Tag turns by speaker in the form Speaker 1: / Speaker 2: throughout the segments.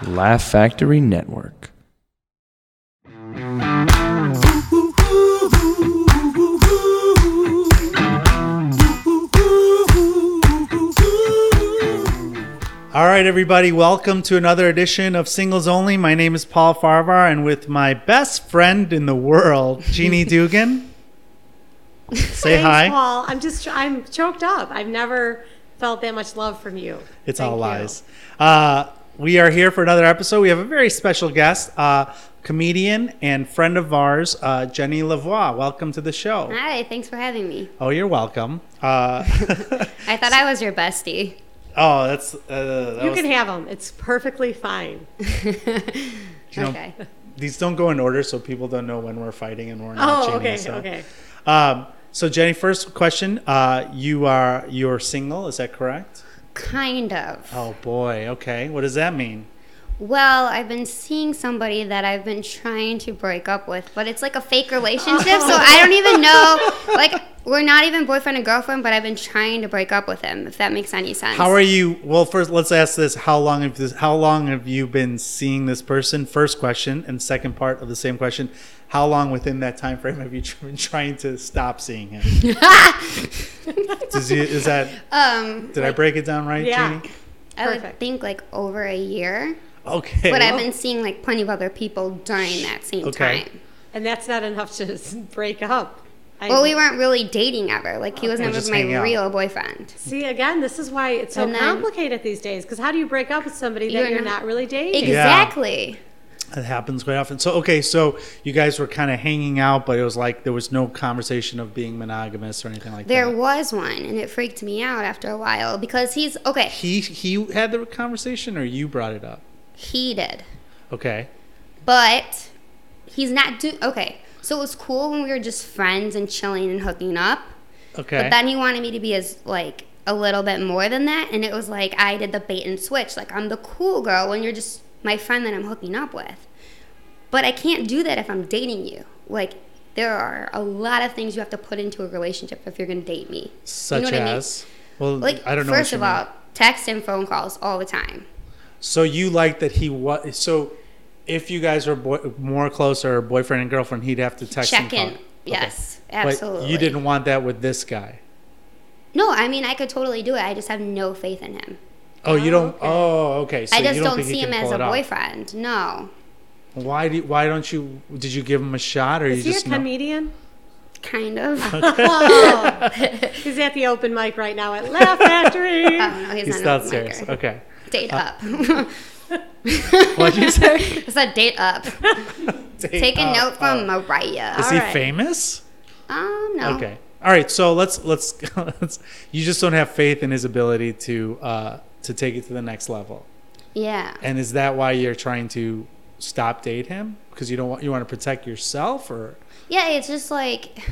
Speaker 1: Laugh Factory Network.
Speaker 2: All right, everybody, welcome to another edition of Singles Only. My name is Paul Farvar, and with my best friend in the world, Jeannie Dugan. Say
Speaker 3: Thanks,
Speaker 2: hi.
Speaker 3: Paul. I'm just I'm choked up. I've never felt that much love from you.
Speaker 2: It's
Speaker 3: Thank
Speaker 2: all
Speaker 3: you.
Speaker 2: lies. Uh, we are here for another episode. We have a very special guest, uh, comedian and friend of ours, uh, Jenny Lavoie. Welcome to the show.
Speaker 4: Hi, thanks for having me.
Speaker 2: Oh, you're welcome. Uh,
Speaker 4: I thought I was your bestie.
Speaker 2: oh, that's. Uh, that
Speaker 3: You
Speaker 2: was-
Speaker 3: can have them. It's perfectly fine.
Speaker 2: know,
Speaker 4: okay.
Speaker 2: these don't go in order, so people don't know when we're fighting and we're not.
Speaker 3: Oh,
Speaker 2: Jeannie,
Speaker 3: okay,
Speaker 2: so.
Speaker 3: okay.
Speaker 2: Um, so Jenny, first question: uh, You are you're single, is that correct?
Speaker 4: Kind of.
Speaker 2: Oh boy, okay. What does that mean?
Speaker 4: Well, I've been seeing somebody that I've been trying to break up with, but it's like a fake relationship, so I don't even know. Like, we're not even boyfriend and girlfriend, but I've been trying to break up with him, if that makes any sense.
Speaker 2: How are you? Well, first, let's ask this: How long have this? How long have you been seeing this person? First question, and second part of the same question: How long within that time frame have you been trying to stop seeing him? Does you, is that?
Speaker 4: Um,
Speaker 2: Did I break it down right,
Speaker 3: Yeah.
Speaker 2: Jeannie?
Speaker 4: I would
Speaker 3: Perfect.
Speaker 4: think like over a year,
Speaker 2: Okay.
Speaker 4: but I've been seeing like plenty of other people during that same
Speaker 2: Okay.
Speaker 4: time.
Speaker 3: And that's not enough to s- break up. I,
Speaker 4: Well, we weren't really dating ever. Like, he was never
Speaker 2: just
Speaker 4: my
Speaker 2: hanging out.
Speaker 4: real boyfriend.
Speaker 3: see again. This is why it's so
Speaker 4: And then-
Speaker 3: complicated these days. Because how do you break up with somebody that
Speaker 4: You're
Speaker 3: you're,
Speaker 4: not-
Speaker 3: not, really dating?
Speaker 4: Exactly.
Speaker 2: It happens quite often. So okay, so you guys were kind of hanging out, but it was like there was no conversation of being monogamous or anything like
Speaker 4: There
Speaker 2: that.
Speaker 4: was one, and it freaked me out after a while because he's okay.
Speaker 2: He he had the conversation, or you brought it up.
Speaker 4: He did,
Speaker 2: Okay.
Speaker 4: but he's not do okay. So it was cool when we were just friends and chilling and hooking up.
Speaker 2: Okay.
Speaker 4: But then he wanted me to be as like a little bit more than that, and it was like I did the bait and switch. Like I'm the cool girl when you're just my friend that I'm hooking up with. But I can't do that if I'm dating you. Like there are a lot of things you have to put into a relationship if you're gonna date me.
Speaker 2: Such
Speaker 4: you know what I mean?
Speaker 2: as. Well,
Speaker 4: Like
Speaker 2: Mm, I don't know. what
Speaker 4: First
Speaker 2: you
Speaker 4: of
Speaker 2: mean.
Speaker 4: all, text and phone calls all the time.
Speaker 2: so you like that he was so. If you guys were boy, more closer, boyfriend and girlfriend, he'd have to text and
Speaker 4: Check
Speaker 2: call.
Speaker 4: in.
Speaker 2: Okay.
Speaker 4: Yes,
Speaker 2: But
Speaker 4: absolutely.
Speaker 2: you didn't want that with this guy.
Speaker 4: No, I mean I could totally do it. I just have no faith in him.
Speaker 2: Oh, you
Speaker 3: Oh,
Speaker 2: don't.
Speaker 3: okay.
Speaker 2: Oh, okay. So
Speaker 4: I just
Speaker 2: you
Speaker 4: don't,
Speaker 2: think he
Speaker 4: see him
Speaker 2: can
Speaker 4: as
Speaker 2: pull
Speaker 4: a
Speaker 2: it off.
Speaker 4: boyfriend. No.
Speaker 2: Why do? you- Why don't you? Did you give him a shot, or
Speaker 3: Is
Speaker 2: you
Speaker 3: he a
Speaker 2: just know?
Speaker 3: comedian?
Speaker 4: Kind of.
Speaker 3: Oh, he's at the open mic right now at Laugh Factory.
Speaker 4: I don't know. He's,
Speaker 2: He's
Speaker 4: not,
Speaker 2: not
Speaker 4: a
Speaker 2: serious. Uh,
Speaker 4: micer.
Speaker 2: Okay.
Speaker 4: Date up.
Speaker 2: What'd you say? uh,
Speaker 4: I said date up. Take a note from Mariah.
Speaker 2: Is
Speaker 3: All
Speaker 2: he
Speaker 3: right.
Speaker 2: famous?
Speaker 4: Um, no.
Speaker 2: Okay. All right. So let's, let's let's you just don't have faith in his ability to uh, to take it to the next level.
Speaker 4: Yeah.
Speaker 2: And is that why you're trying to stop date him? Because you don't want you want to protect yourself, or
Speaker 4: Yeah, it's just like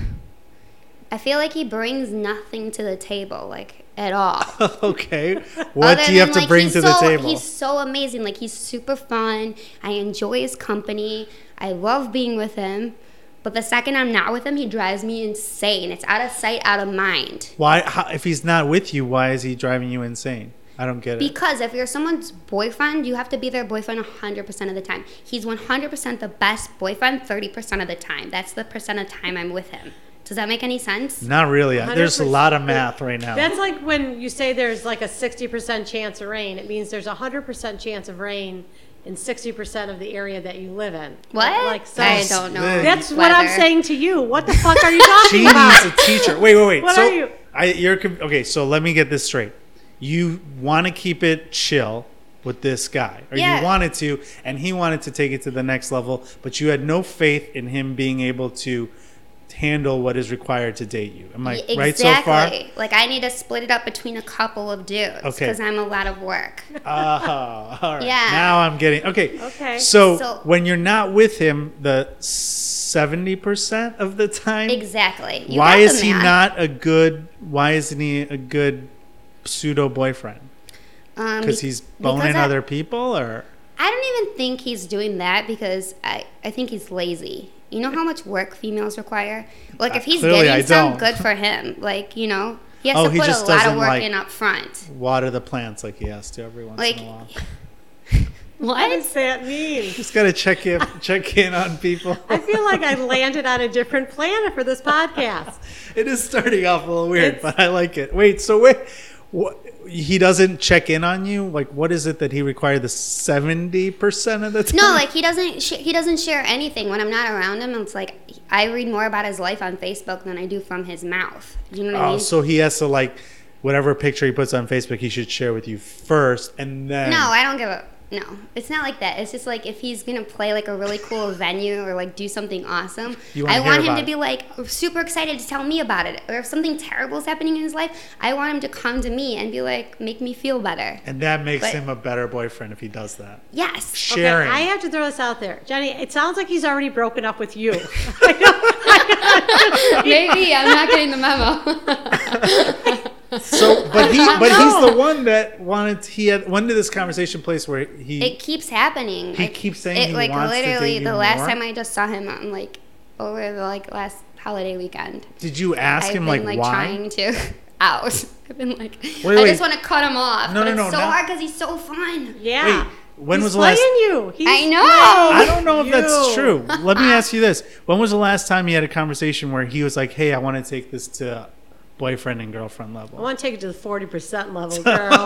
Speaker 4: I feel like he brings nothing to the table, like at all.
Speaker 2: okay, what
Speaker 4: Other
Speaker 2: do you have
Speaker 4: than,
Speaker 2: to
Speaker 4: like,
Speaker 2: bring
Speaker 4: he's
Speaker 2: to the
Speaker 4: so-
Speaker 2: table?
Speaker 4: He's so amazing. Like he's super fun. I enjoy his company. I love being with him. But the second I'm not with him, he drives me insane. It's out of sight, out of mind.
Speaker 2: Why, how, if he's not with you, why is he driving you insane? I don't get it.
Speaker 4: Because if you're someone's boyfriend, you have to be their boyfriend 100% of the time. He's 100% the best boyfriend 30% of the time. That's the percent of time I'm with him. Does that make any sense?
Speaker 2: Not really. There's a lot of math right now.
Speaker 3: That's like when you say there's like a 60% chance of rain. It means there's a 100% chance of rain in 60% of the area that you live in.
Speaker 4: What?
Speaker 3: Like so
Speaker 4: I don't know.
Speaker 3: That's what I'm
Speaker 4: Weather.
Speaker 3: saying to you. What the fuck are you talking
Speaker 2: Jeannie's
Speaker 3: about?
Speaker 2: a teacher. Wait, wait, wait.
Speaker 3: What
Speaker 2: so
Speaker 3: are you?
Speaker 2: I, you're conf- okay. So let me get this straight. You want to keep it chill with this guy, or
Speaker 4: Yeah.
Speaker 2: you wanted to, and he wanted to take it to the next level, but you had no faith in him being able to handle what is required to date you. Am I
Speaker 4: Y- Exactly.
Speaker 2: right so far?
Speaker 4: Like I need to split it up between a couple of dudes
Speaker 2: Okay.
Speaker 4: because I'm a lot of work.
Speaker 2: Ah, all right.
Speaker 4: Yeah.
Speaker 2: Now I'm getting okay.
Speaker 3: Okay.
Speaker 2: So,
Speaker 4: So-
Speaker 2: when you're not with him, the seventy percent of the time,
Speaker 4: Exactly. You
Speaker 2: why
Speaker 4: got
Speaker 2: is
Speaker 4: the
Speaker 2: he
Speaker 4: math.
Speaker 2: not a good? Why isn't he a good pseudo boyfriend?
Speaker 4: Um,
Speaker 2: Because
Speaker 4: be-
Speaker 2: he's boning
Speaker 4: because I-
Speaker 2: other people, or
Speaker 4: I don't even think he's doing that because I, I think he's lazy. You know how much work females require? Like, if
Speaker 2: Uh,
Speaker 4: he's
Speaker 2: clearly
Speaker 4: getting
Speaker 2: I
Speaker 4: some,
Speaker 2: don't.
Speaker 4: good for him. Like, you know, he has
Speaker 2: Oh,
Speaker 4: to
Speaker 2: he
Speaker 4: put a
Speaker 2: just
Speaker 4: lot
Speaker 2: doesn't
Speaker 4: of work
Speaker 2: like-
Speaker 4: in up front.
Speaker 2: water the plants like he has to every once
Speaker 4: Like,
Speaker 2: in a while.
Speaker 3: What
Speaker 4: What?
Speaker 3: does that mean?
Speaker 2: Just gotta check in, check in on people.
Speaker 3: I feel like I landed on a different planet for this podcast.
Speaker 2: It is starting off a little weird,
Speaker 3: It's-
Speaker 2: but I like it. Wait, so wait, what? He doesn't check in on you. Like, what is it that he required the seventy percent of the time?
Speaker 4: No, like he doesn't sh- he doesn't share anything when I'm not around him. It's like I read more about his life on Facebook than I do from his mouth. You know what I
Speaker 2: Oh,
Speaker 4: mean?
Speaker 2: so he has to like whatever picture he puts on Facebook, he should share with you first, and then
Speaker 4: no, I don't give a no. It's not like that. It's just like if he's gonna play like a really cool venue or like do something awesome,
Speaker 2: You wanna
Speaker 4: I
Speaker 2: hear
Speaker 4: want him
Speaker 2: about
Speaker 4: to
Speaker 2: it.
Speaker 4: be like super excited to tell me about it. Or if something terrible is happening in his life, I want him to come to me and be like, make me feel better.
Speaker 2: and that makes
Speaker 4: But-
Speaker 2: him a better boyfriend if he does that.
Speaker 4: Yes.
Speaker 3: Okay,
Speaker 2: Sharing.
Speaker 3: I have to throw this out there, Jenny. It sounds like he's already broken up with you. I know-
Speaker 4: Maybe I'm not getting the memo.
Speaker 2: so, but he,
Speaker 4: I
Speaker 2: but
Speaker 3: know.
Speaker 2: he's the one that wanted. He had. When did this conversation place where he?
Speaker 4: it keeps happening.
Speaker 2: He
Speaker 4: It-
Speaker 2: keeps saying
Speaker 4: it
Speaker 2: he
Speaker 4: like
Speaker 2: wants to
Speaker 4: literally
Speaker 2: date
Speaker 4: the
Speaker 2: you
Speaker 4: last
Speaker 2: more?
Speaker 4: time I just saw him, I'm like over the like last holiday weekend.
Speaker 2: did you ask
Speaker 4: I've
Speaker 2: him like,
Speaker 4: been like,
Speaker 2: why?
Speaker 4: trying to out. I've been like,
Speaker 2: Wait,
Speaker 4: I
Speaker 2: wait.
Speaker 4: just want to cut him off.
Speaker 2: No,
Speaker 4: but
Speaker 2: no, no,
Speaker 4: it's so
Speaker 2: not-
Speaker 4: hard because he's so fun.
Speaker 3: yeah.
Speaker 2: Wait, when
Speaker 3: He's
Speaker 2: was the last?
Speaker 3: playing you. He's
Speaker 4: I know.
Speaker 2: I
Speaker 4: I
Speaker 2: don't know if that's
Speaker 3: you.
Speaker 2: true. Let me ask you this: When was the last time you had a conversation where he was like, "Hey, I want to take this to boyfriend and girlfriend
Speaker 3: I
Speaker 2: level.
Speaker 3: want to take it to the forty percent level, girl.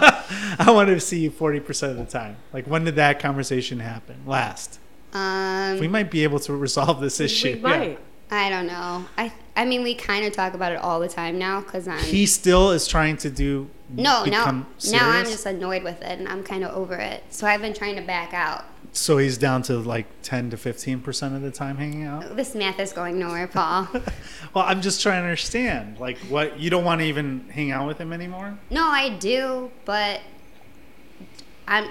Speaker 2: I want to see you forty percent of the time." Like, when did that conversation happen? Last.
Speaker 4: Um,
Speaker 2: We might be able to resolve this issue.
Speaker 3: we
Speaker 2: Yeah.
Speaker 3: might.
Speaker 4: I don't know. I I mean, we kind of talk about it all the time now because I'm
Speaker 2: He still is trying to do.
Speaker 4: no now
Speaker 2: become
Speaker 4: now I'm
Speaker 2: serious?
Speaker 4: just annoyed with it and I'm kind of over it. So I've been trying to back out.
Speaker 2: So he's down to like ten to fifteen percent of the time hanging out.
Speaker 4: This math is going nowhere, Paul.
Speaker 2: Well, I'm just trying to understand. Like, what you don't want to even hang out with him anymore.
Speaker 4: No, I do, but I'm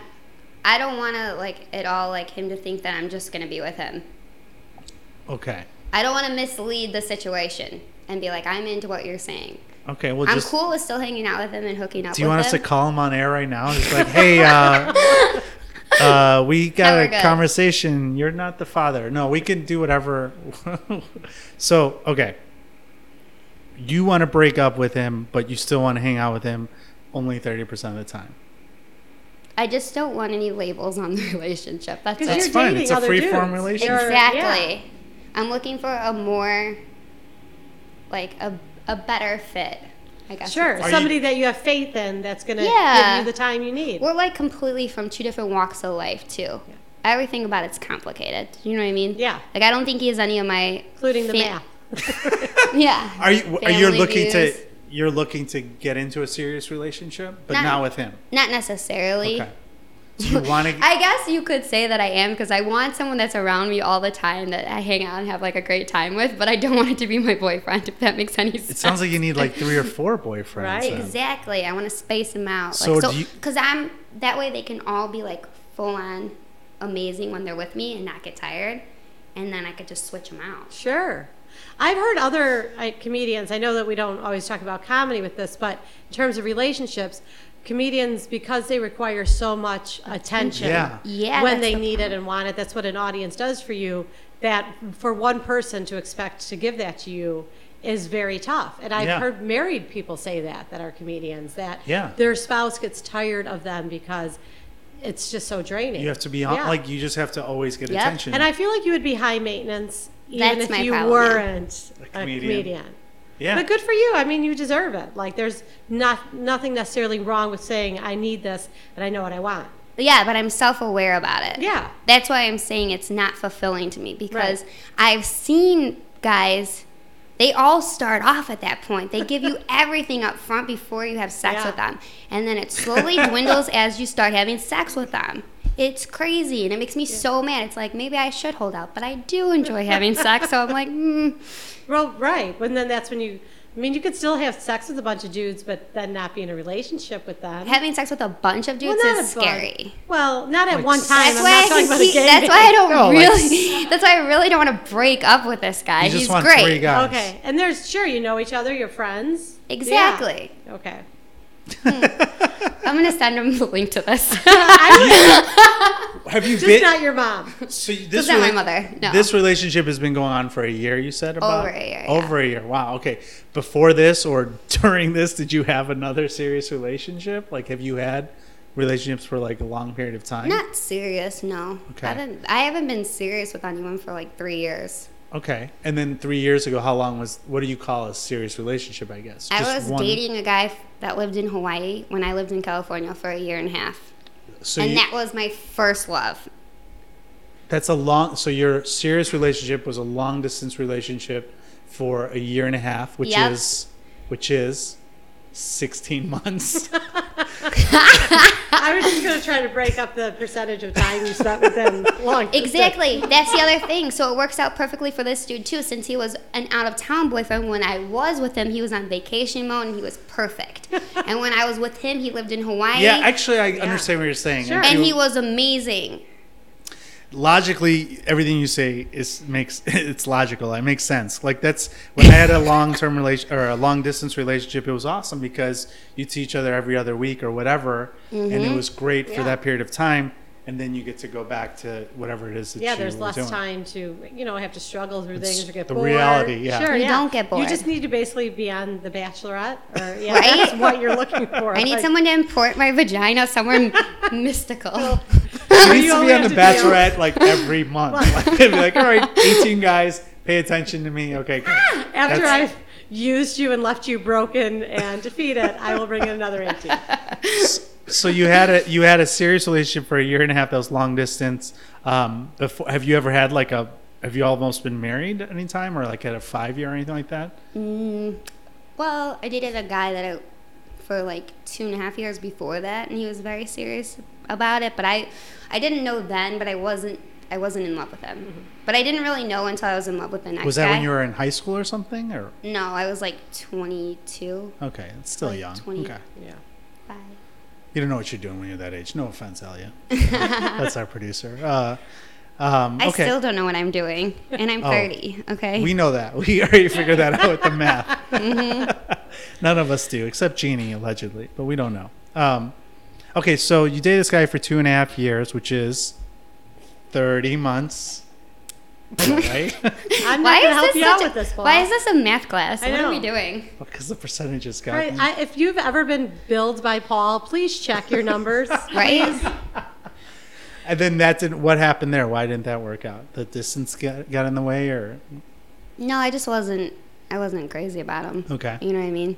Speaker 4: I don't want to like at all like him to think that I'm just going to be with him.
Speaker 2: Okay.
Speaker 4: I don't want to mislead the situation and be like I'm into what you're saying.
Speaker 2: Okay. Well,
Speaker 4: I'm
Speaker 2: just
Speaker 4: cool with still hanging out with him and hooking up
Speaker 2: Do you
Speaker 4: with
Speaker 2: want us to
Speaker 4: him.
Speaker 2: call him on air right now? He's like, hey, uh, uh, we got
Speaker 4: No, we're
Speaker 2: a
Speaker 4: good.
Speaker 2: conversation. You're not the father. No, we can do whatever. so, okay. You want to break up with him, but you still want to hang out with him only 30% of the time.
Speaker 4: I just don't want any labels on the relationship. That's it.
Speaker 3: Because
Speaker 2: That's
Speaker 3: you're
Speaker 2: fine.
Speaker 3: dating
Speaker 2: It's a
Speaker 3: other
Speaker 2: free-form
Speaker 3: dudes.
Speaker 2: relationship.
Speaker 3: You're-
Speaker 4: Exactly.
Speaker 3: yeah.
Speaker 4: I'm looking for a more like a a better fit. I guess.
Speaker 3: Sure.
Speaker 2: Are you-
Speaker 3: Somebody that you have faith in that's going to
Speaker 4: Yeah.
Speaker 3: give you the time you need.
Speaker 4: We're like completely from two different walks of life too. Everything about it's complicated. You know what I mean?
Speaker 3: Yeah.
Speaker 4: Like I don't think he has any of my
Speaker 3: including the
Speaker 4: fa-
Speaker 3: math.
Speaker 4: Yeah.
Speaker 2: Are you are you
Speaker 4: Family
Speaker 2: looking to
Speaker 4: views.
Speaker 2: you're looking to get into a serious relationship, but
Speaker 4: Not-
Speaker 2: not with him?
Speaker 4: Not necessarily.
Speaker 2: Okay. So you want to
Speaker 4: I guess you could say that I am because I want someone that's around me all the time that I hang out and have like a great time with, but I don't want it to be my boyfriend if that makes any sense.
Speaker 2: It sounds like you need like three or four boyfriends.
Speaker 3: Right.
Speaker 2: then.
Speaker 4: Exactly. I want to space them out.
Speaker 2: So
Speaker 4: Like, so
Speaker 2: do you-
Speaker 4: because I'm that way, they can all be like full on amazing when they're with me and not get tired, and then I could just switch them out.
Speaker 3: Sure. I've heard other uh, comedians, I know that we don't always talk about comedy with this, but in terms of relationships, comedians, because they require so much attention
Speaker 2: Yeah.
Speaker 4: Yeah,
Speaker 3: when
Speaker 4: that's
Speaker 3: they
Speaker 4: the
Speaker 3: need it and want it, that's what an audience does for you, that for one person to expect to give that to you is very tough. And I've
Speaker 2: Yeah.
Speaker 3: heard married people say that, that are comedians, that
Speaker 2: Yeah.
Speaker 3: their spouse gets tired of them because it's just so draining.
Speaker 2: You have to be on,
Speaker 3: Yeah.
Speaker 2: like you just have to always get
Speaker 4: Yep.
Speaker 2: attention.
Speaker 3: And I feel like you would be high maintenance even
Speaker 4: That's
Speaker 3: if
Speaker 4: my
Speaker 3: you
Speaker 4: problem, yeah.
Speaker 3: weren't a comedian.
Speaker 2: comedian. yeah.
Speaker 3: But good for you. I mean, you deserve it. Like, there's not nothing necessarily wrong with saying I need this and I know what I want.
Speaker 4: Yeah, but I'm self-aware about it.
Speaker 3: Yeah.
Speaker 4: That's why I'm saying it's not fulfilling to me because I've seen guys they all start off at that point. They give you everything up front before you have sex
Speaker 3: Yeah.
Speaker 4: with them. And then it slowly dwindles as you start having sex with them. It's crazy and it makes me so mad. It's like maybe I should hold out, but I do enjoy having sex. So I'm like, mm,
Speaker 3: Well, right. And then that's when you. I mean, you could still have sex with a bunch of dudes, but then not be in a relationship with them.
Speaker 4: having sex with a bunch of
Speaker 3: Well,
Speaker 4: dudes
Speaker 3: not
Speaker 4: is
Speaker 3: a bunch.
Speaker 4: scary.
Speaker 3: Well, not at one time.
Speaker 4: That's
Speaker 3: I'm
Speaker 4: why,
Speaker 3: not
Speaker 4: I
Speaker 3: talking
Speaker 4: can
Speaker 3: about a
Speaker 4: keep,
Speaker 3: gay
Speaker 4: that's
Speaker 3: man.
Speaker 4: why I don't
Speaker 2: No, like-
Speaker 4: really. that's why I really don't want to break up with this guy.
Speaker 2: you just
Speaker 4: He's
Speaker 2: want
Speaker 4: great.
Speaker 2: three guys.
Speaker 3: Okay, and there's sure you know each other, you're friends. Yeah.
Speaker 4: Exactly.
Speaker 3: Okay.
Speaker 4: I'm gonna send him the link to this.
Speaker 2: Have you
Speaker 3: Just
Speaker 2: been?
Speaker 3: not your mom.
Speaker 2: so you- this
Speaker 4: This not my
Speaker 2: rela-
Speaker 4: mother. No.
Speaker 2: This relationship has been going on for a year. You said about
Speaker 4: Over a year, yeah.
Speaker 2: Over a year. Wow. Okay. Before this or during this, did you have another serious relationship? Like, have you had relationships for like a long period of time?
Speaker 4: Not serious, no.
Speaker 2: Okay.
Speaker 4: I haven't, I haven't been serious with anyone for like three years.
Speaker 2: Okay. And then three years ago, how long was what do you call a serious relationship? I guess
Speaker 4: I was dating a guy f- that lived in Hawaii when I lived in California for a year and a half.
Speaker 2: So
Speaker 4: and
Speaker 2: you-
Speaker 4: that was my first love.
Speaker 2: that's a long. So your serious relationship was a long distance relationship for a year and a half, which
Speaker 4: Yep.
Speaker 2: is which is sixteen months.
Speaker 3: I was just going to try to break up the percentage of time you spent with him long.
Speaker 4: Exactly. That's the other thing. So it works out perfectly for this dude too, since he was an out of town boyfriend. When I was with him, he was on vacation mode and he was perfect. and when I was with him, he lived in Hawaii.
Speaker 2: yeah, actually, I understand what you're saying.
Speaker 3: Sure.
Speaker 4: and
Speaker 2: you-
Speaker 4: he was amazing.
Speaker 2: logically everything you say is makes it's logical it makes sense like that's when i had a long-term relation or a long distance relationship it was awesome because you see each other every other week or whatever and it was great for
Speaker 3: Yeah.
Speaker 2: that period of time and then you get to go back to whatever it is that
Speaker 3: Yeah,
Speaker 2: you
Speaker 3: there's
Speaker 2: were
Speaker 3: less
Speaker 2: doing.
Speaker 3: time to, you know, have to struggle through
Speaker 2: It's
Speaker 3: things or get
Speaker 2: the
Speaker 3: bored.
Speaker 2: reality, yeah.
Speaker 3: Sure,
Speaker 4: You
Speaker 3: yeah.
Speaker 4: don't get
Speaker 3: You just
Speaker 4: bored.
Speaker 3: need to basically be on The Bachelorette or, yeah,
Speaker 4: Right?
Speaker 3: that's what you're looking for.
Speaker 4: I need
Speaker 3: Like,
Speaker 4: someone to import my vagina somewhere mystical.
Speaker 2: She needs to
Speaker 3: You only
Speaker 2: be on the
Speaker 3: have to do-
Speaker 2: bachelorette like every month like, be like all right 18 guys pay attention to me okay good.
Speaker 3: After
Speaker 2: That's-
Speaker 3: I've used you and left you broken and defeated, I will bring in another 18.
Speaker 2: so you had a you had a serious relationship for a year and a half that was long distance um before have you ever had like a have you almost been married any time or like had a five year or anything like that
Speaker 4: Mm, well, I dated a guy that I, for like two and a half years before that, and he was very serious about it. But I, I didn't know then, but I wasn't, I wasn't in love with him. But I didn't really know until I was in love with the next.
Speaker 2: Mm-hmm. was that
Speaker 4: guy.
Speaker 2: when you were in high school or something or
Speaker 4: No, I was like 22,
Speaker 2: okay it's still
Speaker 4: Like
Speaker 2: young
Speaker 4: 20.
Speaker 2: okay
Speaker 3: Yeah.
Speaker 4: five.
Speaker 2: you don't know what you're doing when you're that age no offense Elia that's our producer uh um
Speaker 4: I
Speaker 2: okay
Speaker 4: still don't know what I'm doing, and I'm
Speaker 2: Oh.
Speaker 4: 30. Okay.
Speaker 2: we know that we already figured that out with the math none of us do except jeannie allegedly but we don't know um okay so you date this guy for two and a half years which is 30 months right
Speaker 3: I'm not going to help you out
Speaker 4: such a-
Speaker 3: with this, Paul.
Speaker 4: Why is this a math class?
Speaker 3: I
Speaker 4: What are we
Speaker 3: know.
Speaker 4: doing?
Speaker 2: because the percentages got
Speaker 3: Right,
Speaker 2: me.
Speaker 3: I, if you've ever been billed by Paul, please check your numbers.
Speaker 4: Right?
Speaker 2: and then that didn't what happened there why didn't that work out the distance got, got in the way or
Speaker 4: No, I just wasn't. I wasn't crazy about him.
Speaker 2: okay
Speaker 4: You know what I mean?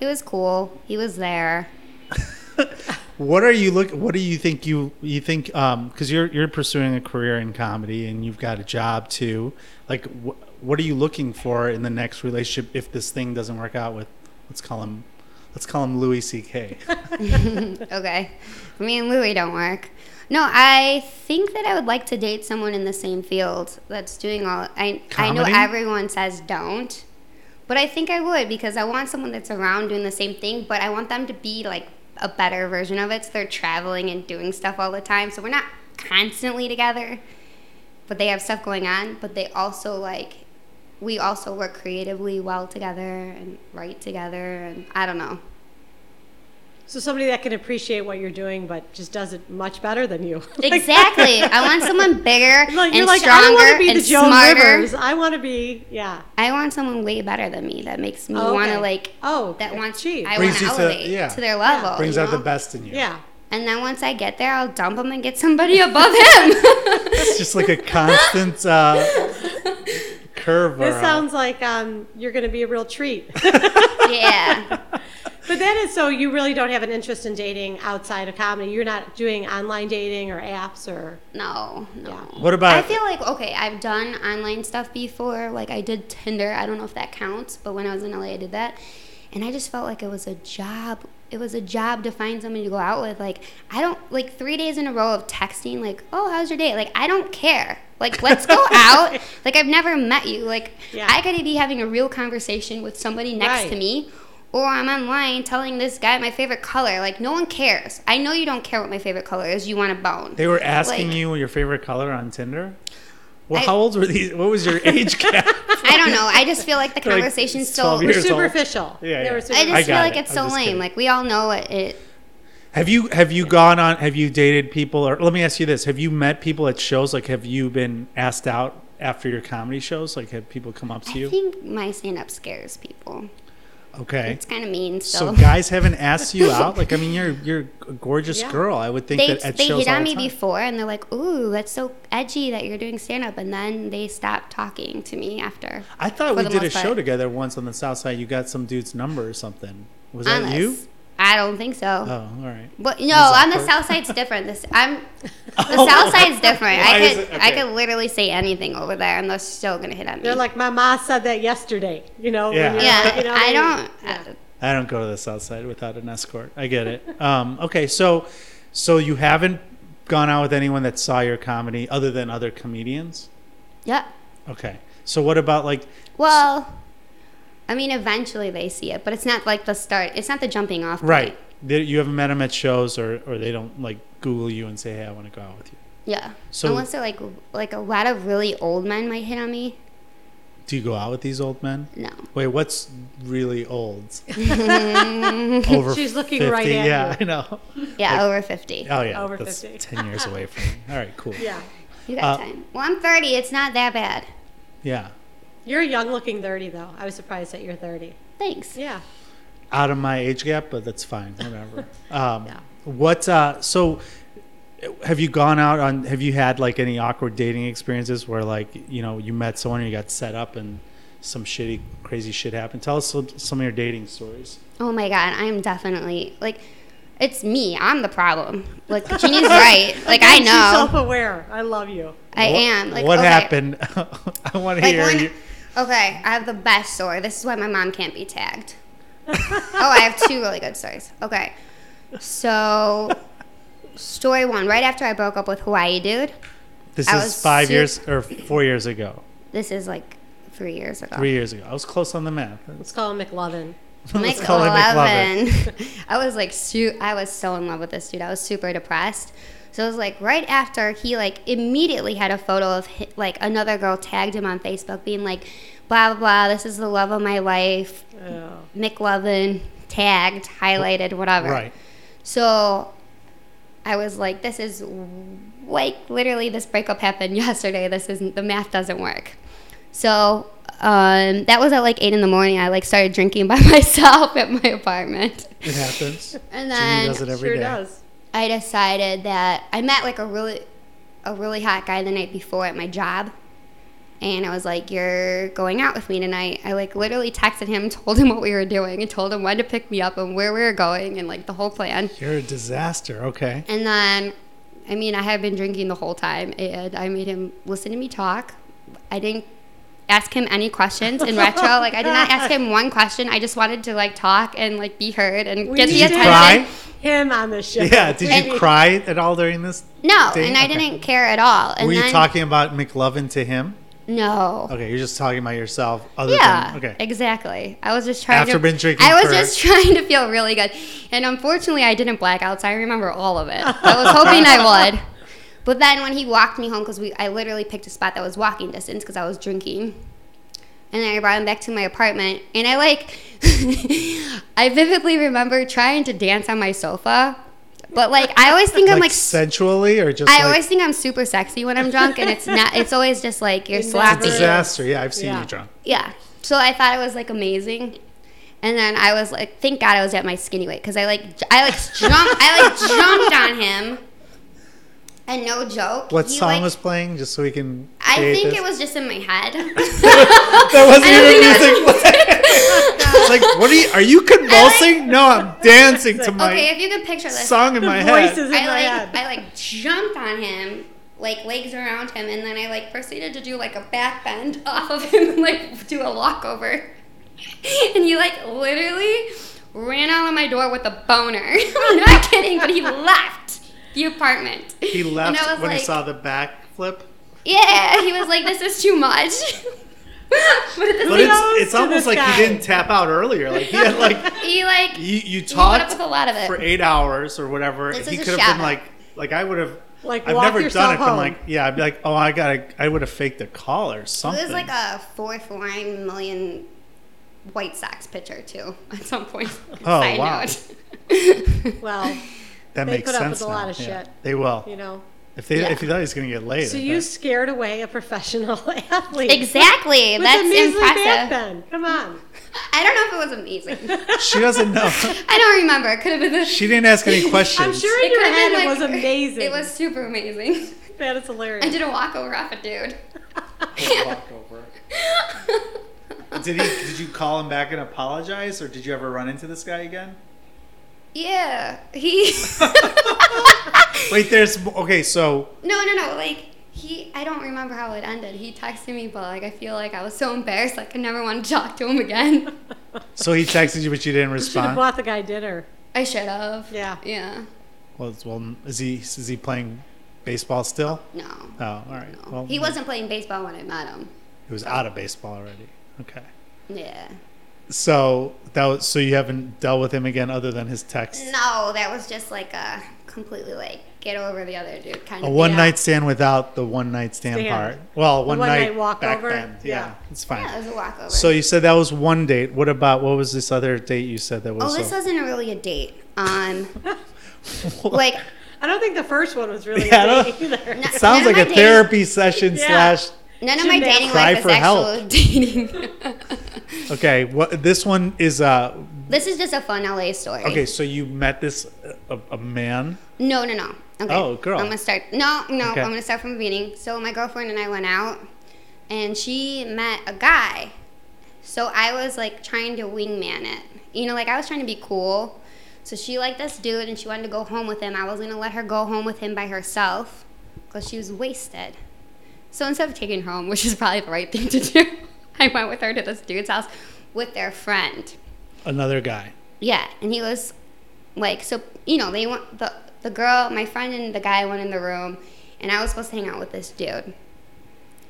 Speaker 4: It was cool. He was there.
Speaker 2: What are you look? What do you think you you think? Um, because you're you're pursuing a career in comedy and you've got a job too. Like, wh- what are you looking for in the next relationship if this thing doesn't work out with? Let's call him. Let's call him Louis C.K.
Speaker 4: Okay. Me and Louie don't work. No, I think that I would like to date someone in the same field that's doing all. I I
Speaker 2: Comedy?
Speaker 4: know everyone says don't, but I think I would because I want someone that's around doing the same thing. But I want them to be like a better version of it. So they're traveling and doing stuff all the time. So we're not constantly together, but they have stuff going on. But they also like. We also work creatively well together and write together, and I don't know.
Speaker 3: So somebody that can appreciate what you're doing, but just does it much better than you.
Speaker 4: Exactly. I want someone bigger
Speaker 3: Like,
Speaker 4: and
Speaker 3: you're like, I don't
Speaker 4: stronger
Speaker 3: want to be
Speaker 4: and
Speaker 3: the Joan
Speaker 4: smarter.
Speaker 3: Rivers. I want to be, yeah.
Speaker 4: I want someone way better than me that makes me
Speaker 3: Oh,
Speaker 4: want to
Speaker 3: okay.
Speaker 4: like
Speaker 3: Oh,
Speaker 4: that wants
Speaker 3: cheap.
Speaker 4: I want
Speaker 2: Brings
Speaker 4: to
Speaker 2: you to-
Speaker 4: elevate to,
Speaker 2: yeah.
Speaker 4: their level.
Speaker 2: brings
Speaker 4: you
Speaker 2: out the
Speaker 4: know?
Speaker 2: best in you.
Speaker 3: yeah.
Speaker 4: And then once I get there, I'll dump him and get somebody above him.
Speaker 2: It's just like a constant uh, curve.
Speaker 3: This
Speaker 2: around.
Speaker 3: sounds like um, you're going to be a real treat.
Speaker 4: yeah.
Speaker 3: But that is so you really don't have an interest in dating outside of comedy. You're not doing online dating or apps or
Speaker 4: No. No.
Speaker 2: What about-
Speaker 4: I feel like okay, I've done online stuff before. Like I did Tinder. I don't know if that counts, but when I was in LA, I did that, and I just felt like it was a job. It was a job to find somebody to go out with. Like I don't like three days in a row of texting. Like oh, how's your day? Like I don't care. Like let's go out. Like I've never met you. Like
Speaker 3: Yeah.
Speaker 4: I could be having a real conversation with somebody next
Speaker 3: Right.
Speaker 4: to me. Or I'm online telling this guy my favorite color. Like, no one cares. I know you don't care what my favorite color is. You want a bone.
Speaker 2: They were asking
Speaker 4: Like-
Speaker 2: you your favorite color on Tinder. Well,
Speaker 4: I-
Speaker 2: how old were these? What was your age gap?
Speaker 4: I don't know. I just feel like the
Speaker 2: like,
Speaker 4: conversation's
Speaker 2: it's
Speaker 4: so.
Speaker 2: 12 years. Here's all-
Speaker 3: superficial.
Speaker 2: Yeah,
Speaker 3: They
Speaker 2: yeah.
Speaker 3: were
Speaker 2: I
Speaker 4: I
Speaker 3: superficial.
Speaker 4: just feel
Speaker 2: got
Speaker 4: like
Speaker 2: it.
Speaker 4: it's
Speaker 2: I'm
Speaker 4: so
Speaker 2: just
Speaker 4: lame.
Speaker 2: kidding.
Speaker 4: Like we all know it. it
Speaker 2: Have you have you gone on? Have you dated people? Or let me ask you this: Have you met people at shows? Like, have you been asked out after your comedy shows? Like, have people come up to
Speaker 4: I
Speaker 2: you?
Speaker 4: think my stand up scares people.
Speaker 2: Okay.
Speaker 4: It's kind of mean
Speaker 2: So
Speaker 4: still.
Speaker 2: guys haven't asked you out. Like I mean, you're you're a gorgeous
Speaker 3: Yeah.
Speaker 2: girl. I would think
Speaker 4: they
Speaker 2: that at
Speaker 4: they
Speaker 2: shows
Speaker 4: hit
Speaker 2: all
Speaker 4: on
Speaker 2: the
Speaker 4: me
Speaker 2: time.
Speaker 4: before and they're like, "Ooh, that's so edgy that you're doing stand up." And then they stopped talking to me after.
Speaker 2: I thought
Speaker 4: for
Speaker 2: we
Speaker 4: the
Speaker 2: did a
Speaker 4: most
Speaker 2: show
Speaker 4: part.
Speaker 2: together once on the South Side. You got some dude's number or something. Was that
Speaker 4: Honest.
Speaker 2: you?
Speaker 4: I don't think so.
Speaker 2: Oh, all right.
Speaker 4: But no, on the
Speaker 2: awkward. Oh.
Speaker 4: south side's different. This I'm the south side's different.
Speaker 2: Why
Speaker 4: I
Speaker 2: is
Speaker 4: could
Speaker 2: it-
Speaker 4: I
Speaker 2: okay.
Speaker 4: could literally say anything over there, and they're still gonna hit on me.
Speaker 3: They're like, my ma said that yesterday. You know. when
Speaker 2: Yeah.
Speaker 3: you're
Speaker 4: yeah,
Speaker 3: like, you know,
Speaker 4: I
Speaker 3: they-
Speaker 4: don't. uh,
Speaker 3: yeah.
Speaker 2: I don't go to the South Side without an escort. I get it. Um, okay, so so you haven't gone out with anyone that saw your comedy other than other comedians.
Speaker 4: yeah.
Speaker 2: Okay. So what about like?
Speaker 4: Well, I mean, eventually they see it, but it's not like the start. It's not the jumping off. point.
Speaker 2: Right. They- You haven't met them at shows, or or they don't like Google you and say, "Hey, I want to go out with you."
Speaker 4: Yeah.
Speaker 2: So-
Speaker 4: unless they're like like a lot of really old men might hit on me.
Speaker 2: Do you go out with these old men?
Speaker 4: No.
Speaker 2: Wait, what's really old? Over
Speaker 3: She's looking
Speaker 2: 50?
Speaker 3: right at
Speaker 2: yeah,
Speaker 3: you.
Speaker 2: I know.
Speaker 4: Yeah, over fifty.
Speaker 2: Oh yeah,
Speaker 3: Over
Speaker 2: that's
Speaker 3: 50.
Speaker 2: ten years away from me. All right, cool.
Speaker 3: Yeah.
Speaker 4: You got
Speaker 2: uh,
Speaker 4: time. Well, I'm thirty. It's not that bad.
Speaker 2: Yeah.
Speaker 3: You're a young looking 30, though. I was surprised that you're 30.
Speaker 4: Thanks.
Speaker 3: Yeah.
Speaker 2: out of my age gap, but that's fine, whatever. Um,
Speaker 3: Yeah.
Speaker 2: What? Uh, so, have you gone out on? Have you had like any awkward dating experiences where like you know you met someone and you got set up and some shitty, crazy shit happened? Tell us some, some of your dating stories.
Speaker 4: Oh my god, I am definitely like, it's me. I'm the problem. Like Jeannie's right. Like I
Speaker 3: She's self
Speaker 4: know.
Speaker 3: aware. I love you.
Speaker 4: I
Speaker 2: What-
Speaker 4: am. Like
Speaker 2: what
Speaker 4: okay.
Speaker 2: happened? I want to
Speaker 4: Like
Speaker 2: hear
Speaker 4: one.
Speaker 2: you.
Speaker 4: Okay, I have the best story. This is why my mom can't be tagged. oh, I have two really good stories. Okay, so story one. Right after I broke up with Hawaii dude,
Speaker 2: This
Speaker 4: I
Speaker 2: is
Speaker 4: was
Speaker 2: five
Speaker 4: su-
Speaker 2: years or four years ago,
Speaker 4: this is like three years ago.
Speaker 2: three years ago. I was close on the math.
Speaker 3: Let's call him McLovin.
Speaker 4: Like
Speaker 2: call him McLovin.
Speaker 4: eleven. I was like, su- I was so in love with this dude. I was super depressed. So it was like right after he like immediately had a photo of hi like another girl tagged him on Facebook, being like, blah blah blah. This is the love of my life.
Speaker 3: Oh.
Speaker 4: McLovin tagged, highlighted, whatever.
Speaker 2: Right.
Speaker 4: So I was like, this is like literally this breakup happened yesterday. This isn't the math doesn't work. So um, that was at like eight in the morning. I like started drinking by myself at my apartment,
Speaker 2: It happens.
Speaker 4: and
Speaker 2: Jimmy
Speaker 4: then
Speaker 2: does it every
Speaker 3: Sure
Speaker 2: day.
Speaker 3: does.
Speaker 4: I decided that I met like a really a really hot guy the night before at my job. And I was like, "You're going out with me tonight." I like literally texted him, told him what we were doing, and told him when to pick me up and where we were going, and like the whole plan.
Speaker 2: You're a disaster. Okay.
Speaker 4: And then, I mean, I had been drinking the whole time, and I made him listen to me talk. I didn't ask him any questions in retro. Like, I did not ask him one question. I just wanted to like talk and like be heard and
Speaker 3: We
Speaker 4: get
Speaker 3: need
Speaker 4: the
Speaker 3: to
Speaker 4: attention.
Speaker 2: Cry?
Speaker 3: Him on the show.
Speaker 2: Yeah. Did you cry at all during this?
Speaker 4: No,
Speaker 2: Dang,
Speaker 4: and I
Speaker 2: okay.
Speaker 4: didn't care at all. And
Speaker 2: Were you
Speaker 4: then,
Speaker 2: talking about McLovin to him?
Speaker 4: No.
Speaker 2: Okay, you're just talking about yourself. Other
Speaker 4: Yeah.
Speaker 2: Than, okay.
Speaker 4: Exactly. I was just trying
Speaker 2: After
Speaker 4: to.
Speaker 2: been drinking
Speaker 4: I was
Speaker 2: for-
Speaker 4: just trying to feel really good, and unfortunately, I didn't black out, so I remember all of it. I was hoping I would, but then when he walked me home, because we, I literally picked a spot that was walking distance because I was drinking. And then I brought him back to my apartment, and I like, I vividly remember trying to dance on my sofa, but like I always think I'm
Speaker 2: Like,
Speaker 4: like, s-
Speaker 2: sensually or just
Speaker 4: I
Speaker 2: like
Speaker 4: always think I'm super sexy when I'm drunk, and it's not. It's always just like you're
Speaker 3: It never
Speaker 4: sloppy.
Speaker 3: is.
Speaker 2: disaster. Yeah, I've seen
Speaker 3: Yeah.
Speaker 2: you drunk.
Speaker 4: Yeah. So I thought it was like amazing. And then I was like, thank God I was at my skinny weight because I like, j- I like jumped, I like jumped on him. And no joke.
Speaker 2: What
Speaker 4: he,
Speaker 2: song
Speaker 4: like-
Speaker 2: was playing? Just so we can.
Speaker 4: I
Speaker 2: create
Speaker 4: think
Speaker 2: this?
Speaker 4: it was just in my head.
Speaker 2: That wasn't
Speaker 4: don't
Speaker 2: even
Speaker 4: think
Speaker 2: music. It's like, what are you? Are you convulsing? no, I'm dancing to my
Speaker 4: okay, if you can picture this,
Speaker 2: song in my head.
Speaker 3: Voices in
Speaker 4: I
Speaker 3: my
Speaker 4: like,
Speaker 3: head.
Speaker 4: I like jumped on him, like legs around him, and then I like proceeded to do like a back bend off of him and like do a walkover. And he like literally ran out of my door with a boner. I'm not kidding, but he left the apartment.
Speaker 2: He left
Speaker 4: and I was
Speaker 2: when
Speaker 4: like,
Speaker 2: he saw the back flip.
Speaker 4: Yeah, he was like, this is too much. but at the
Speaker 2: But
Speaker 4: same-
Speaker 2: it's, it's
Speaker 3: to
Speaker 2: almost
Speaker 3: this
Speaker 2: like
Speaker 3: guy.
Speaker 2: he didn't tap out earlier. Like he had like
Speaker 4: he like
Speaker 2: you you
Speaker 4: he put up
Speaker 2: talked
Speaker 4: with a lot of
Speaker 3: Uh,
Speaker 4: it.
Speaker 2: for eight hours or whatever.
Speaker 4: This
Speaker 2: he
Speaker 4: is a
Speaker 2: could have been
Speaker 4: shadow.
Speaker 2: like, like I would have.
Speaker 3: Like,
Speaker 2: I've
Speaker 3: walk
Speaker 2: never
Speaker 3: yourself
Speaker 2: done it. But I'm
Speaker 3: home.
Speaker 2: like, yeah, I'd be like, oh, I gotta, I would have faked a call or something.
Speaker 4: It was like a four foreign million White Sox pitcher too at some point.
Speaker 2: Oh,
Speaker 4: Side
Speaker 2: wow.
Speaker 4: note.
Speaker 3: Well,
Speaker 2: that
Speaker 3: they
Speaker 2: makes
Speaker 3: put up
Speaker 2: sense
Speaker 3: with a lot
Speaker 2: now.
Speaker 3: of
Speaker 2: Yeah.
Speaker 3: shit.
Speaker 2: They will.
Speaker 3: you know,
Speaker 2: If they
Speaker 4: Yeah.
Speaker 2: if you thought he's gonna get laid,
Speaker 3: So
Speaker 2: I
Speaker 3: you
Speaker 2: thought-
Speaker 3: scared away a professional athlete.
Speaker 4: Exactly.
Speaker 3: With a
Speaker 4: That's
Speaker 3: measly
Speaker 4: impressive.
Speaker 3: backbend. Come on.
Speaker 4: I don't know if it was amazing.
Speaker 2: she doesn't know.
Speaker 4: I don't remember. It could have been the.
Speaker 2: She didn't ask any questions.
Speaker 3: I'm sure in
Speaker 4: could
Speaker 3: your
Speaker 4: have
Speaker 3: head
Speaker 4: been,
Speaker 3: it
Speaker 4: like-
Speaker 3: was amazing.
Speaker 4: It was super amazing.
Speaker 3: That is hilarious.
Speaker 4: I did a walkover off a dude.
Speaker 2: Did he? Did you call him back and apologize, or did you ever run into this guy again?
Speaker 4: Yeah, he.
Speaker 2: Wait, there's mo- okay. So
Speaker 4: No, no, no. Like he, I don't remember how it ended. He texted me, but like I feel like I was so embarrassed. Like I never want to talk to him again.
Speaker 2: so he texted you, but you didn't
Speaker 3: Should have
Speaker 2: respond.
Speaker 3: bought the guy dinner.
Speaker 4: I should have.
Speaker 3: Yeah.
Speaker 4: Yeah.
Speaker 2: Well, it's- well, is he is he playing baseball still?
Speaker 4: No.
Speaker 2: Oh, all right.
Speaker 4: No.
Speaker 2: Well,
Speaker 4: he wasn't playing baseball when I met him.
Speaker 2: He was out of baseball already. Okay.
Speaker 4: Yeah.
Speaker 2: So that was, so you haven't dealt with him again, other than his text.
Speaker 4: No, that was just like a completely like get over the other dude kind
Speaker 2: A
Speaker 4: of.
Speaker 2: one
Speaker 4: yeah.
Speaker 2: night stand without the one night stand
Speaker 3: Stand.
Speaker 2: part. Well, one,
Speaker 3: one
Speaker 2: night,
Speaker 3: night walk
Speaker 2: back
Speaker 3: over.
Speaker 2: bend. Yeah,
Speaker 3: Yeah.
Speaker 2: it's fine.
Speaker 4: Yeah, it was a walkover.
Speaker 2: So you said that was one date. What about what was this other date you said that was?
Speaker 4: oh, this
Speaker 2: so-
Speaker 4: wasn't really a date. Um, like
Speaker 3: I don't think the first one was really
Speaker 2: Yeah, I
Speaker 3: a
Speaker 2: don't-
Speaker 3: date either.
Speaker 4: n- none
Speaker 2: Sounds
Speaker 4: of
Speaker 2: like
Speaker 4: my
Speaker 2: a
Speaker 4: dating-
Speaker 2: therapy session
Speaker 3: Yeah.
Speaker 2: slash.
Speaker 4: None of my
Speaker 3: Gymnastics.
Speaker 4: dating
Speaker 2: Cry
Speaker 4: life is
Speaker 2: for
Speaker 4: actual
Speaker 2: help.
Speaker 4: dating.
Speaker 2: Okay, what this one is? Uh,
Speaker 4: this is just a fun LA story.
Speaker 2: okay, so you met this uh, a, a man.
Speaker 4: No, no, no. Okay.
Speaker 2: Oh, girl.
Speaker 4: I'm gonna start. No, no.
Speaker 2: Okay.
Speaker 4: I'm gonna start from the beginning. So my girlfriend and I went out, and she met a guy. So I was like trying to wingman it. You know, like I was trying to be cool. So she liked this dude, and she wanted to go home with him. I was gonna let her go home with him by herself, cause she was wasted. So instead of taking her home, which is probably the right thing to do, I went with her to this dude's house with their friend.
Speaker 2: Another guy.
Speaker 4: Yeah, and he was like, so you know, they want the the girl, my friend, and the guy went in the room, and I was supposed to hang out with this dude,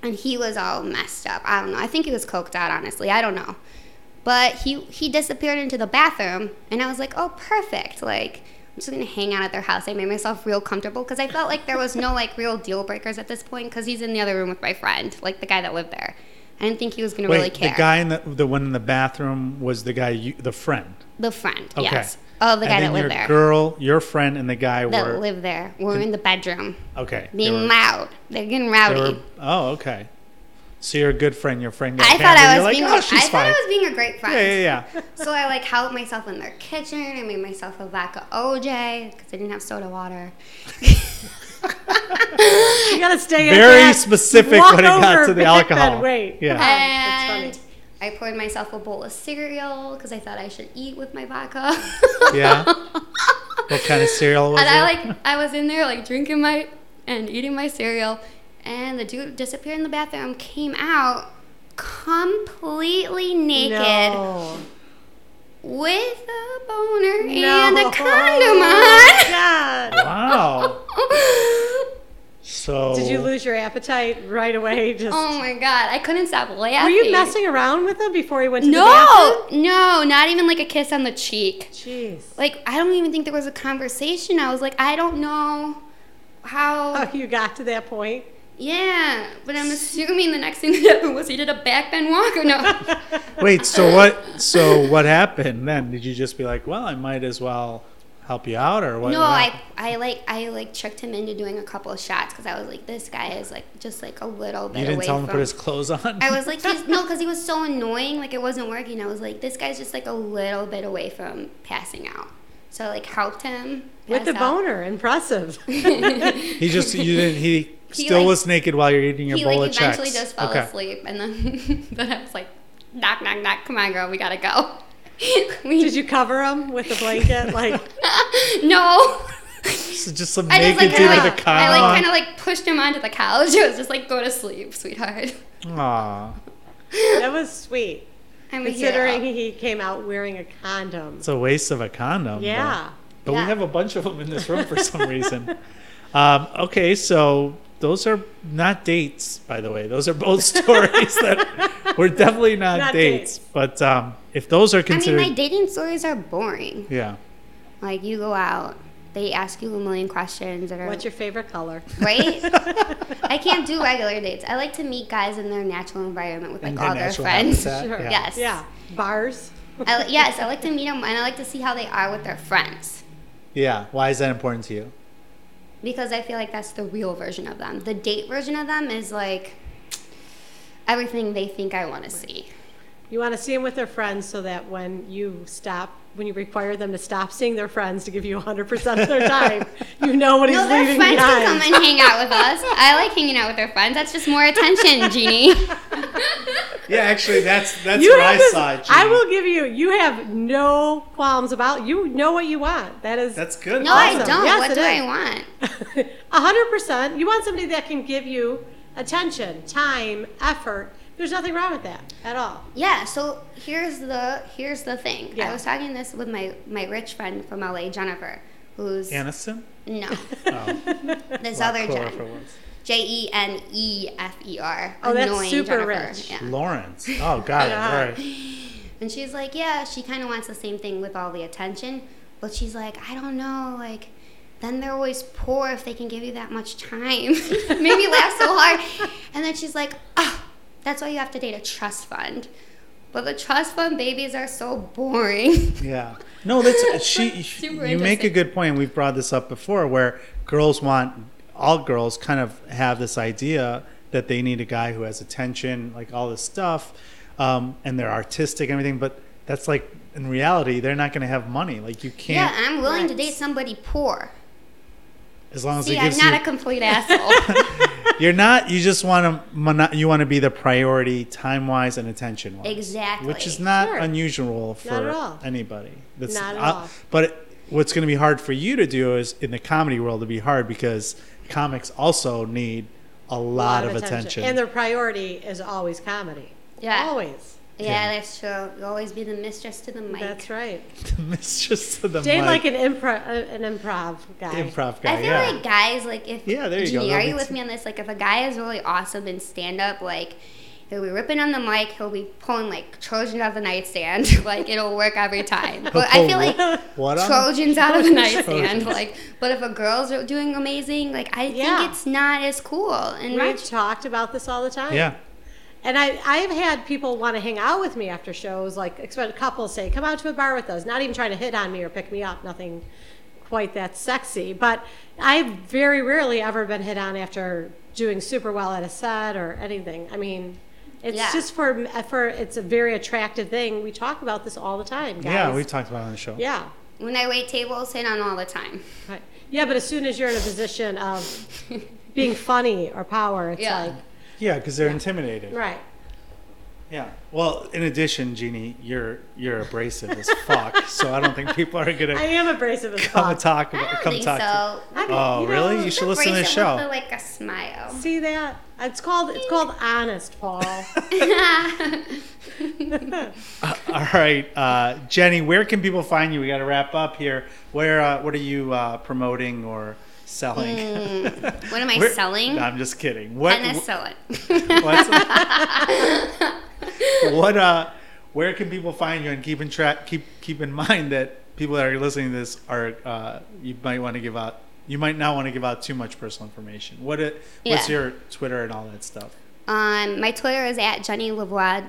Speaker 4: and he was all messed up. I don't know. I think he was coked out, honestly. I don't know, but he he disappeared into the bathroom, and I was like, oh, perfect. Like I'm just gonna hang out at their house. I made myself real comfortable because I felt like there was no like real deal breakers at this point because he's in the other room with my friend, like the guy that lived there. I didn't think he was gonna
Speaker 2: Wait,
Speaker 4: really care.
Speaker 2: the guy in the the one in the bathroom was the guy you the friend.
Speaker 4: The friend,
Speaker 2: Okay.
Speaker 4: yes. Oh, the guy
Speaker 2: and
Speaker 4: that
Speaker 2: then
Speaker 4: lived
Speaker 2: your
Speaker 4: there.
Speaker 2: girl, your friend, and the guy
Speaker 4: that
Speaker 2: were
Speaker 4: live there were in the bedroom
Speaker 2: okay. they
Speaker 4: being
Speaker 2: were-
Speaker 4: loud. They're getting
Speaker 2: they
Speaker 4: rowdy.
Speaker 2: were- oh, okay. So you're a good friend. Your friend. Got
Speaker 4: I thought
Speaker 2: hammered.
Speaker 4: I
Speaker 2: You're
Speaker 4: was
Speaker 2: like,
Speaker 4: being
Speaker 2: "Oh,
Speaker 4: I
Speaker 2: she's
Speaker 4: thought
Speaker 2: fine."
Speaker 4: I was being a great friend.
Speaker 2: Yeah, yeah, yeah.
Speaker 4: So I like helped myself in their kitchen. I made myself a vodka OJ because I didn't have soda water.
Speaker 2: Oh,
Speaker 3: You gotta stay in
Speaker 2: Very
Speaker 3: that.
Speaker 2: specific
Speaker 3: Walk
Speaker 2: when it got
Speaker 3: over,
Speaker 2: to the
Speaker 3: back that
Speaker 2: alcohol.
Speaker 3: way.
Speaker 2: Yeah.
Speaker 3: Come on, that's funny.
Speaker 4: and I poured myself a bowl of cereal because I thought I should eat with my vodka.
Speaker 2: Yeah. What kind of cereal was
Speaker 4: and I
Speaker 2: it?
Speaker 4: like I was in there like drinking my and eating my cereal, and the dude disappeared in the bathroom, came out completely naked
Speaker 3: No.
Speaker 4: with a boner and
Speaker 3: No. Oh
Speaker 4: a condom on.
Speaker 3: God.
Speaker 2: Wow. So
Speaker 3: Did you lose your appetite right away? Just
Speaker 4: oh my god, I couldn't stop laughing.
Speaker 3: were you messing around with him before he went to the
Speaker 4: No, no, not even like a kiss on the cheek.
Speaker 3: bathroom? Jeez.
Speaker 4: Like I don't even think there was a conversation. I was like, I don't know how
Speaker 3: Oh, you got to that point.
Speaker 4: Yeah, but I'm assuming the next thing that happened was he did a backbend walk or no?
Speaker 2: Wait, so what? So what happened then? Did you just be like, "Well, I might as well help you out," or what?
Speaker 4: no,
Speaker 2: what
Speaker 4: I,
Speaker 2: happened?
Speaker 4: I like I like tricked him into doing a couple of shots because I was like, this guy is like just like a little bit
Speaker 2: You didn't
Speaker 4: away
Speaker 2: tell him to
Speaker 4: from-
Speaker 2: put his clothes on.
Speaker 4: I was like, he's, no, because he was so annoying. Like it wasn't working. I was like, this guy's just like a little bit away from passing out. So I like helped him
Speaker 3: With
Speaker 4: pass
Speaker 3: the
Speaker 4: out.
Speaker 3: boner, impressive.
Speaker 2: he just you didn't. He,
Speaker 4: He,
Speaker 2: still
Speaker 4: like-
Speaker 2: was naked while you're eating your
Speaker 4: He
Speaker 2: bowl
Speaker 4: like
Speaker 2: of
Speaker 4: eventually
Speaker 2: checks.
Speaker 4: just fell
Speaker 2: okay.
Speaker 4: asleep, and then then I was like, knock knock knock, come on girl, we gotta go. we
Speaker 3: Did you cover him with a blanket? Like,
Speaker 4: no.
Speaker 2: So just some
Speaker 4: I
Speaker 2: naked
Speaker 4: just like
Speaker 2: dude
Speaker 4: kind of
Speaker 2: with a
Speaker 4: like,
Speaker 2: condom.
Speaker 4: I like kind of like pushed him onto the couch. It was just like go to sleep, sweetheart.
Speaker 2: Aw,
Speaker 3: that was sweet.
Speaker 4: I'm a
Speaker 3: Considering
Speaker 4: hero.
Speaker 3: he came out wearing a condom.
Speaker 2: it's a waste of a condom. but-
Speaker 3: Yeah.
Speaker 2: But, we
Speaker 4: Yeah.
Speaker 2: have a bunch of them in this room for some reason. Um, okay, so those are not dates, by the way. Those are both stories that were definitely not,
Speaker 3: Not
Speaker 2: dates.
Speaker 3: dates.
Speaker 2: But um, if those are
Speaker 4: I mean,
Speaker 2: considered,
Speaker 4: my dating stories are boring.
Speaker 2: yeah.
Speaker 4: Like you go out, they ask you a million questions that are
Speaker 3: What's your favorite color?
Speaker 4: right. I can't do regular dates. I like to meet guys in their natural environment with like
Speaker 2: In their
Speaker 4: all their
Speaker 2: natural
Speaker 4: friends.
Speaker 2: habitat, Sure. yeah.
Speaker 4: Yes.
Speaker 3: Yeah. Bars.
Speaker 4: I, li- yes, I like to meet them, and I like to see how they are with their friends.
Speaker 2: Yeah. Why is that important to you?
Speaker 4: because I feel like that's the real version of them. The date version of them is like everything they think I want to see.
Speaker 3: You want to see them with their friends so that when you stop, when you require them to stop seeing their friends to give you 100% of their time, you know what he's
Speaker 4: No, their
Speaker 3: leaving
Speaker 4: friends can come
Speaker 3: behind.
Speaker 4: and hang out with us. I like hanging out with their friends. That's just more attention, Jeannie.
Speaker 2: Yeah, actually, that's that's
Speaker 3: You
Speaker 2: what
Speaker 3: have
Speaker 2: I
Speaker 3: this,
Speaker 2: saw.
Speaker 3: I
Speaker 2: Jeannie.
Speaker 3: will give you, you have no qualms about, you know what you want. That is
Speaker 2: That's good.
Speaker 4: No, I
Speaker 3: Awesome.
Speaker 4: don't.
Speaker 3: Yes,
Speaker 4: what
Speaker 3: it
Speaker 4: do
Speaker 3: is.
Speaker 4: I want?
Speaker 3: A hundred percent. You want somebody that can give you attention, time, effort. There's nothing wrong with that at all.
Speaker 4: Yeah. So here's the here's the thing.
Speaker 3: Yeah.
Speaker 4: I was talking this with my my rich friend from LA, Jennifer, who's
Speaker 2: Aniston.
Speaker 4: no
Speaker 2: Oh,
Speaker 4: this
Speaker 2: Lot
Speaker 4: other
Speaker 2: cooler for
Speaker 4: Jen,
Speaker 2: once.
Speaker 4: J E N E F E R.
Speaker 3: Oh, that's
Speaker 4: annoying
Speaker 3: super
Speaker 4: Jennifer.
Speaker 3: rich.
Speaker 4: Yeah.
Speaker 2: Lawrence. Oh, got
Speaker 3: Yeah.
Speaker 2: it. All right.
Speaker 4: And she's like, yeah, she kind of wants the same thing with all the attention, but she's like, I don't know, like, then they're always poor if they can give you that much time. Made me laugh so hard. And then she's like, oh, that's why you have to date a trust fund. But the trust fund babies are so boring.
Speaker 2: Yeah. No, that's she.
Speaker 4: Super
Speaker 2: you make a
Speaker 4: interesting.
Speaker 2: good point. and We've brought this up before, where girls want all girls kind of have this idea that they need a guy who has attention, like all this stuff, um, and they're artistic and everything. But that's like in reality, they're not going to have money. Like you
Speaker 4: yeah,
Speaker 2: can't
Speaker 4: I'm willing to
Speaker 3: Right.
Speaker 4: date somebody poor.
Speaker 2: as long as
Speaker 4: See,
Speaker 2: it
Speaker 4: I'm
Speaker 2: gives
Speaker 4: not
Speaker 2: you.
Speaker 4: a complete asshole.
Speaker 2: you're not. You just want to. Mono- you want to be the priority, time wise, and attention wise.
Speaker 4: exactly.
Speaker 2: which is not
Speaker 3: Sure.
Speaker 2: unusual for
Speaker 3: at all.
Speaker 2: anybody. That's
Speaker 3: Not at
Speaker 2: uh,
Speaker 3: all.
Speaker 2: But it- what's going to be hard for you to do is in the comedy world to be hard because comics also need a lot, of attention.
Speaker 3: And their priority is always comedy.
Speaker 4: Yeah.
Speaker 3: Always.
Speaker 4: Yeah,
Speaker 2: Yeah.
Speaker 4: that's true. You always be the mistress to the mic.
Speaker 3: That's right.
Speaker 2: mistress of the
Speaker 3: Date
Speaker 2: mic.
Speaker 3: like an improv, an improv guy.
Speaker 2: improv guy.
Speaker 4: I feel
Speaker 2: yeah.
Speaker 4: like guys, like if
Speaker 2: Yeah, there you go.
Speaker 4: Jeannie,
Speaker 2: That'll
Speaker 4: are
Speaker 2: be
Speaker 4: you with
Speaker 2: too-
Speaker 4: me on this? Like if a guy is really awesome in stand up, like he'll be ripping on the mic, he'll be pulling like Trojans out of the nightstand, like it'll work every time. But I feel like
Speaker 2: what um? on?
Speaker 4: Trojans out of the nightstand,
Speaker 2: Trojans.
Speaker 4: like. But if a girl's doing amazing, like I
Speaker 3: Yeah.
Speaker 4: think it's not as cool. And
Speaker 3: We've
Speaker 4: right.
Speaker 3: talked about this all the time.
Speaker 2: Yeah.
Speaker 3: And I, I've had people want to hang out with me after shows, like expect couples say, come out to a bar with us, not even trying to hit on me or pick me up, nothing quite that sexy. But I've very rarely ever been hit on after doing super well at a set or anything. I mean, it's
Speaker 4: Yeah.
Speaker 3: just for, for, it's a very attractive thing. We talk about this all the time, guys.
Speaker 2: Yeah, we talked about it on the show.
Speaker 3: Yeah.
Speaker 4: when I wait tables, hit on all the time.
Speaker 3: Right. Yeah, but as soon as you're in a position of being funny or power, it's
Speaker 4: Yeah.
Speaker 3: like,
Speaker 2: Yeah, because they're intimidated.
Speaker 3: right.
Speaker 2: Yeah. Well, in addition, Jeannie, you're you're abrasive as fuck. so I don't think people are gonna
Speaker 3: I am abrasive as
Speaker 2: come
Speaker 3: fuck.
Speaker 2: and talk
Speaker 4: I
Speaker 2: about
Speaker 4: don't
Speaker 2: come
Speaker 4: think
Speaker 2: talk. to-
Speaker 4: so.
Speaker 3: I mean,
Speaker 2: Oh,
Speaker 3: you know,
Speaker 2: really? You should listen to the
Speaker 4: Brace it
Speaker 2: show.
Speaker 4: With, like a smile.
Speaker 3: See that? It's called it's called honest, Paul.
Speaker 2: All right, uh, Jenny, where can people find you? We got to wrap up here. Where, uh, what are you uh, promoting or selling?
Speaker 4: Hmm. What am I
Speaker 2: Where-
Speaker 4: selling?
Speaker 2: No, I'm just kidding. What?
Speaker 4: And I sell
Speaker 2: wh-
Speaker 4: it.
Speaker 2: what's, what? Uh, where can people find you? And keep in track. Keep keep in mind that people that are listening to this are uh, you might want to give out. You might not want to give out too much personal information. What? It, What's
Speaker 4: Yeah.
Speaker 2: your Twitter and all that stuff?
Speaker 4: Um, my Twitter is at Jenny Lavoie,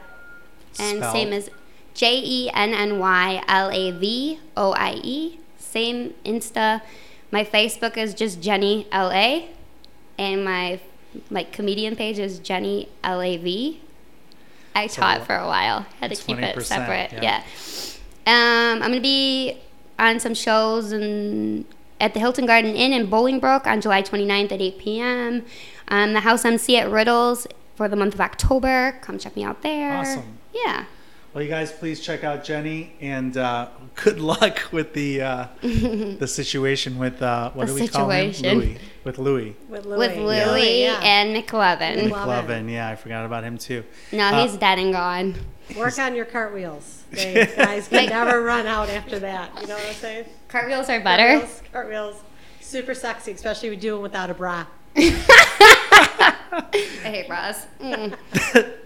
Speaker 4: and
Speaker 2: Spelled.
Speaker 4: same as J E N N Y L A V O I E. Same Insta. My Facebook is just Jenny L A, and my like comedian page is Jenny L A V. I taught for a while. Had to keep it
Speaker 2: 20%,
Speaker 4: separate.
Speaker 2: yeah.
Speaker 4: Yeah. Um, I'm gonna be on some shows and at the Hilton Garden Inn in Bolingbrook on July 29th at 8 p.m. Um, the House MC at Riddles for the month of October. Come check me out there.
Speaker 2: Awesome.
Speaker 4: Yeah.
Speaker 2: Well, you guys, please check out Jenny, and uh, good luck with the uh, the situation with uh, what
Speaker 4: The
Speaker 2: do we call him?
Speaker 4: situation.
Speaker 2: Louis. With Louis.
Speaker 3: With
Speaker 4: With
Speaker 3: Louis.
Speaker 4: Louie
Speaker 3: yeah.
Speaker 4: and McLovin.
Speaker 3: Love
Speaker 2: Lovin. Yeah, I forgot about him too.
Speaker 4: No, he's dead and gone.
Speaker 3: Work on your cartwheels. They, guys can
Speaker 4: Like-
Speaker 3: never run out after that. You know what I'm saying?
Speaker 4: Cartwheels are better.
Speaker 3: Cartwheels, cartwheels. Super sexy, especially we do it without a bra.
Speaker 4: I hate bras. Mm.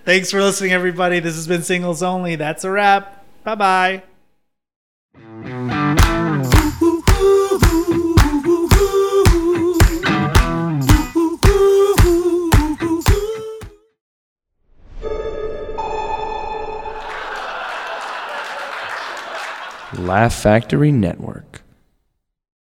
Speaker 2: Thanks for listening, everybody. This has been Singles Only. That's a wrap. Bye bye.
Speaker 1: Laugh Factory Network.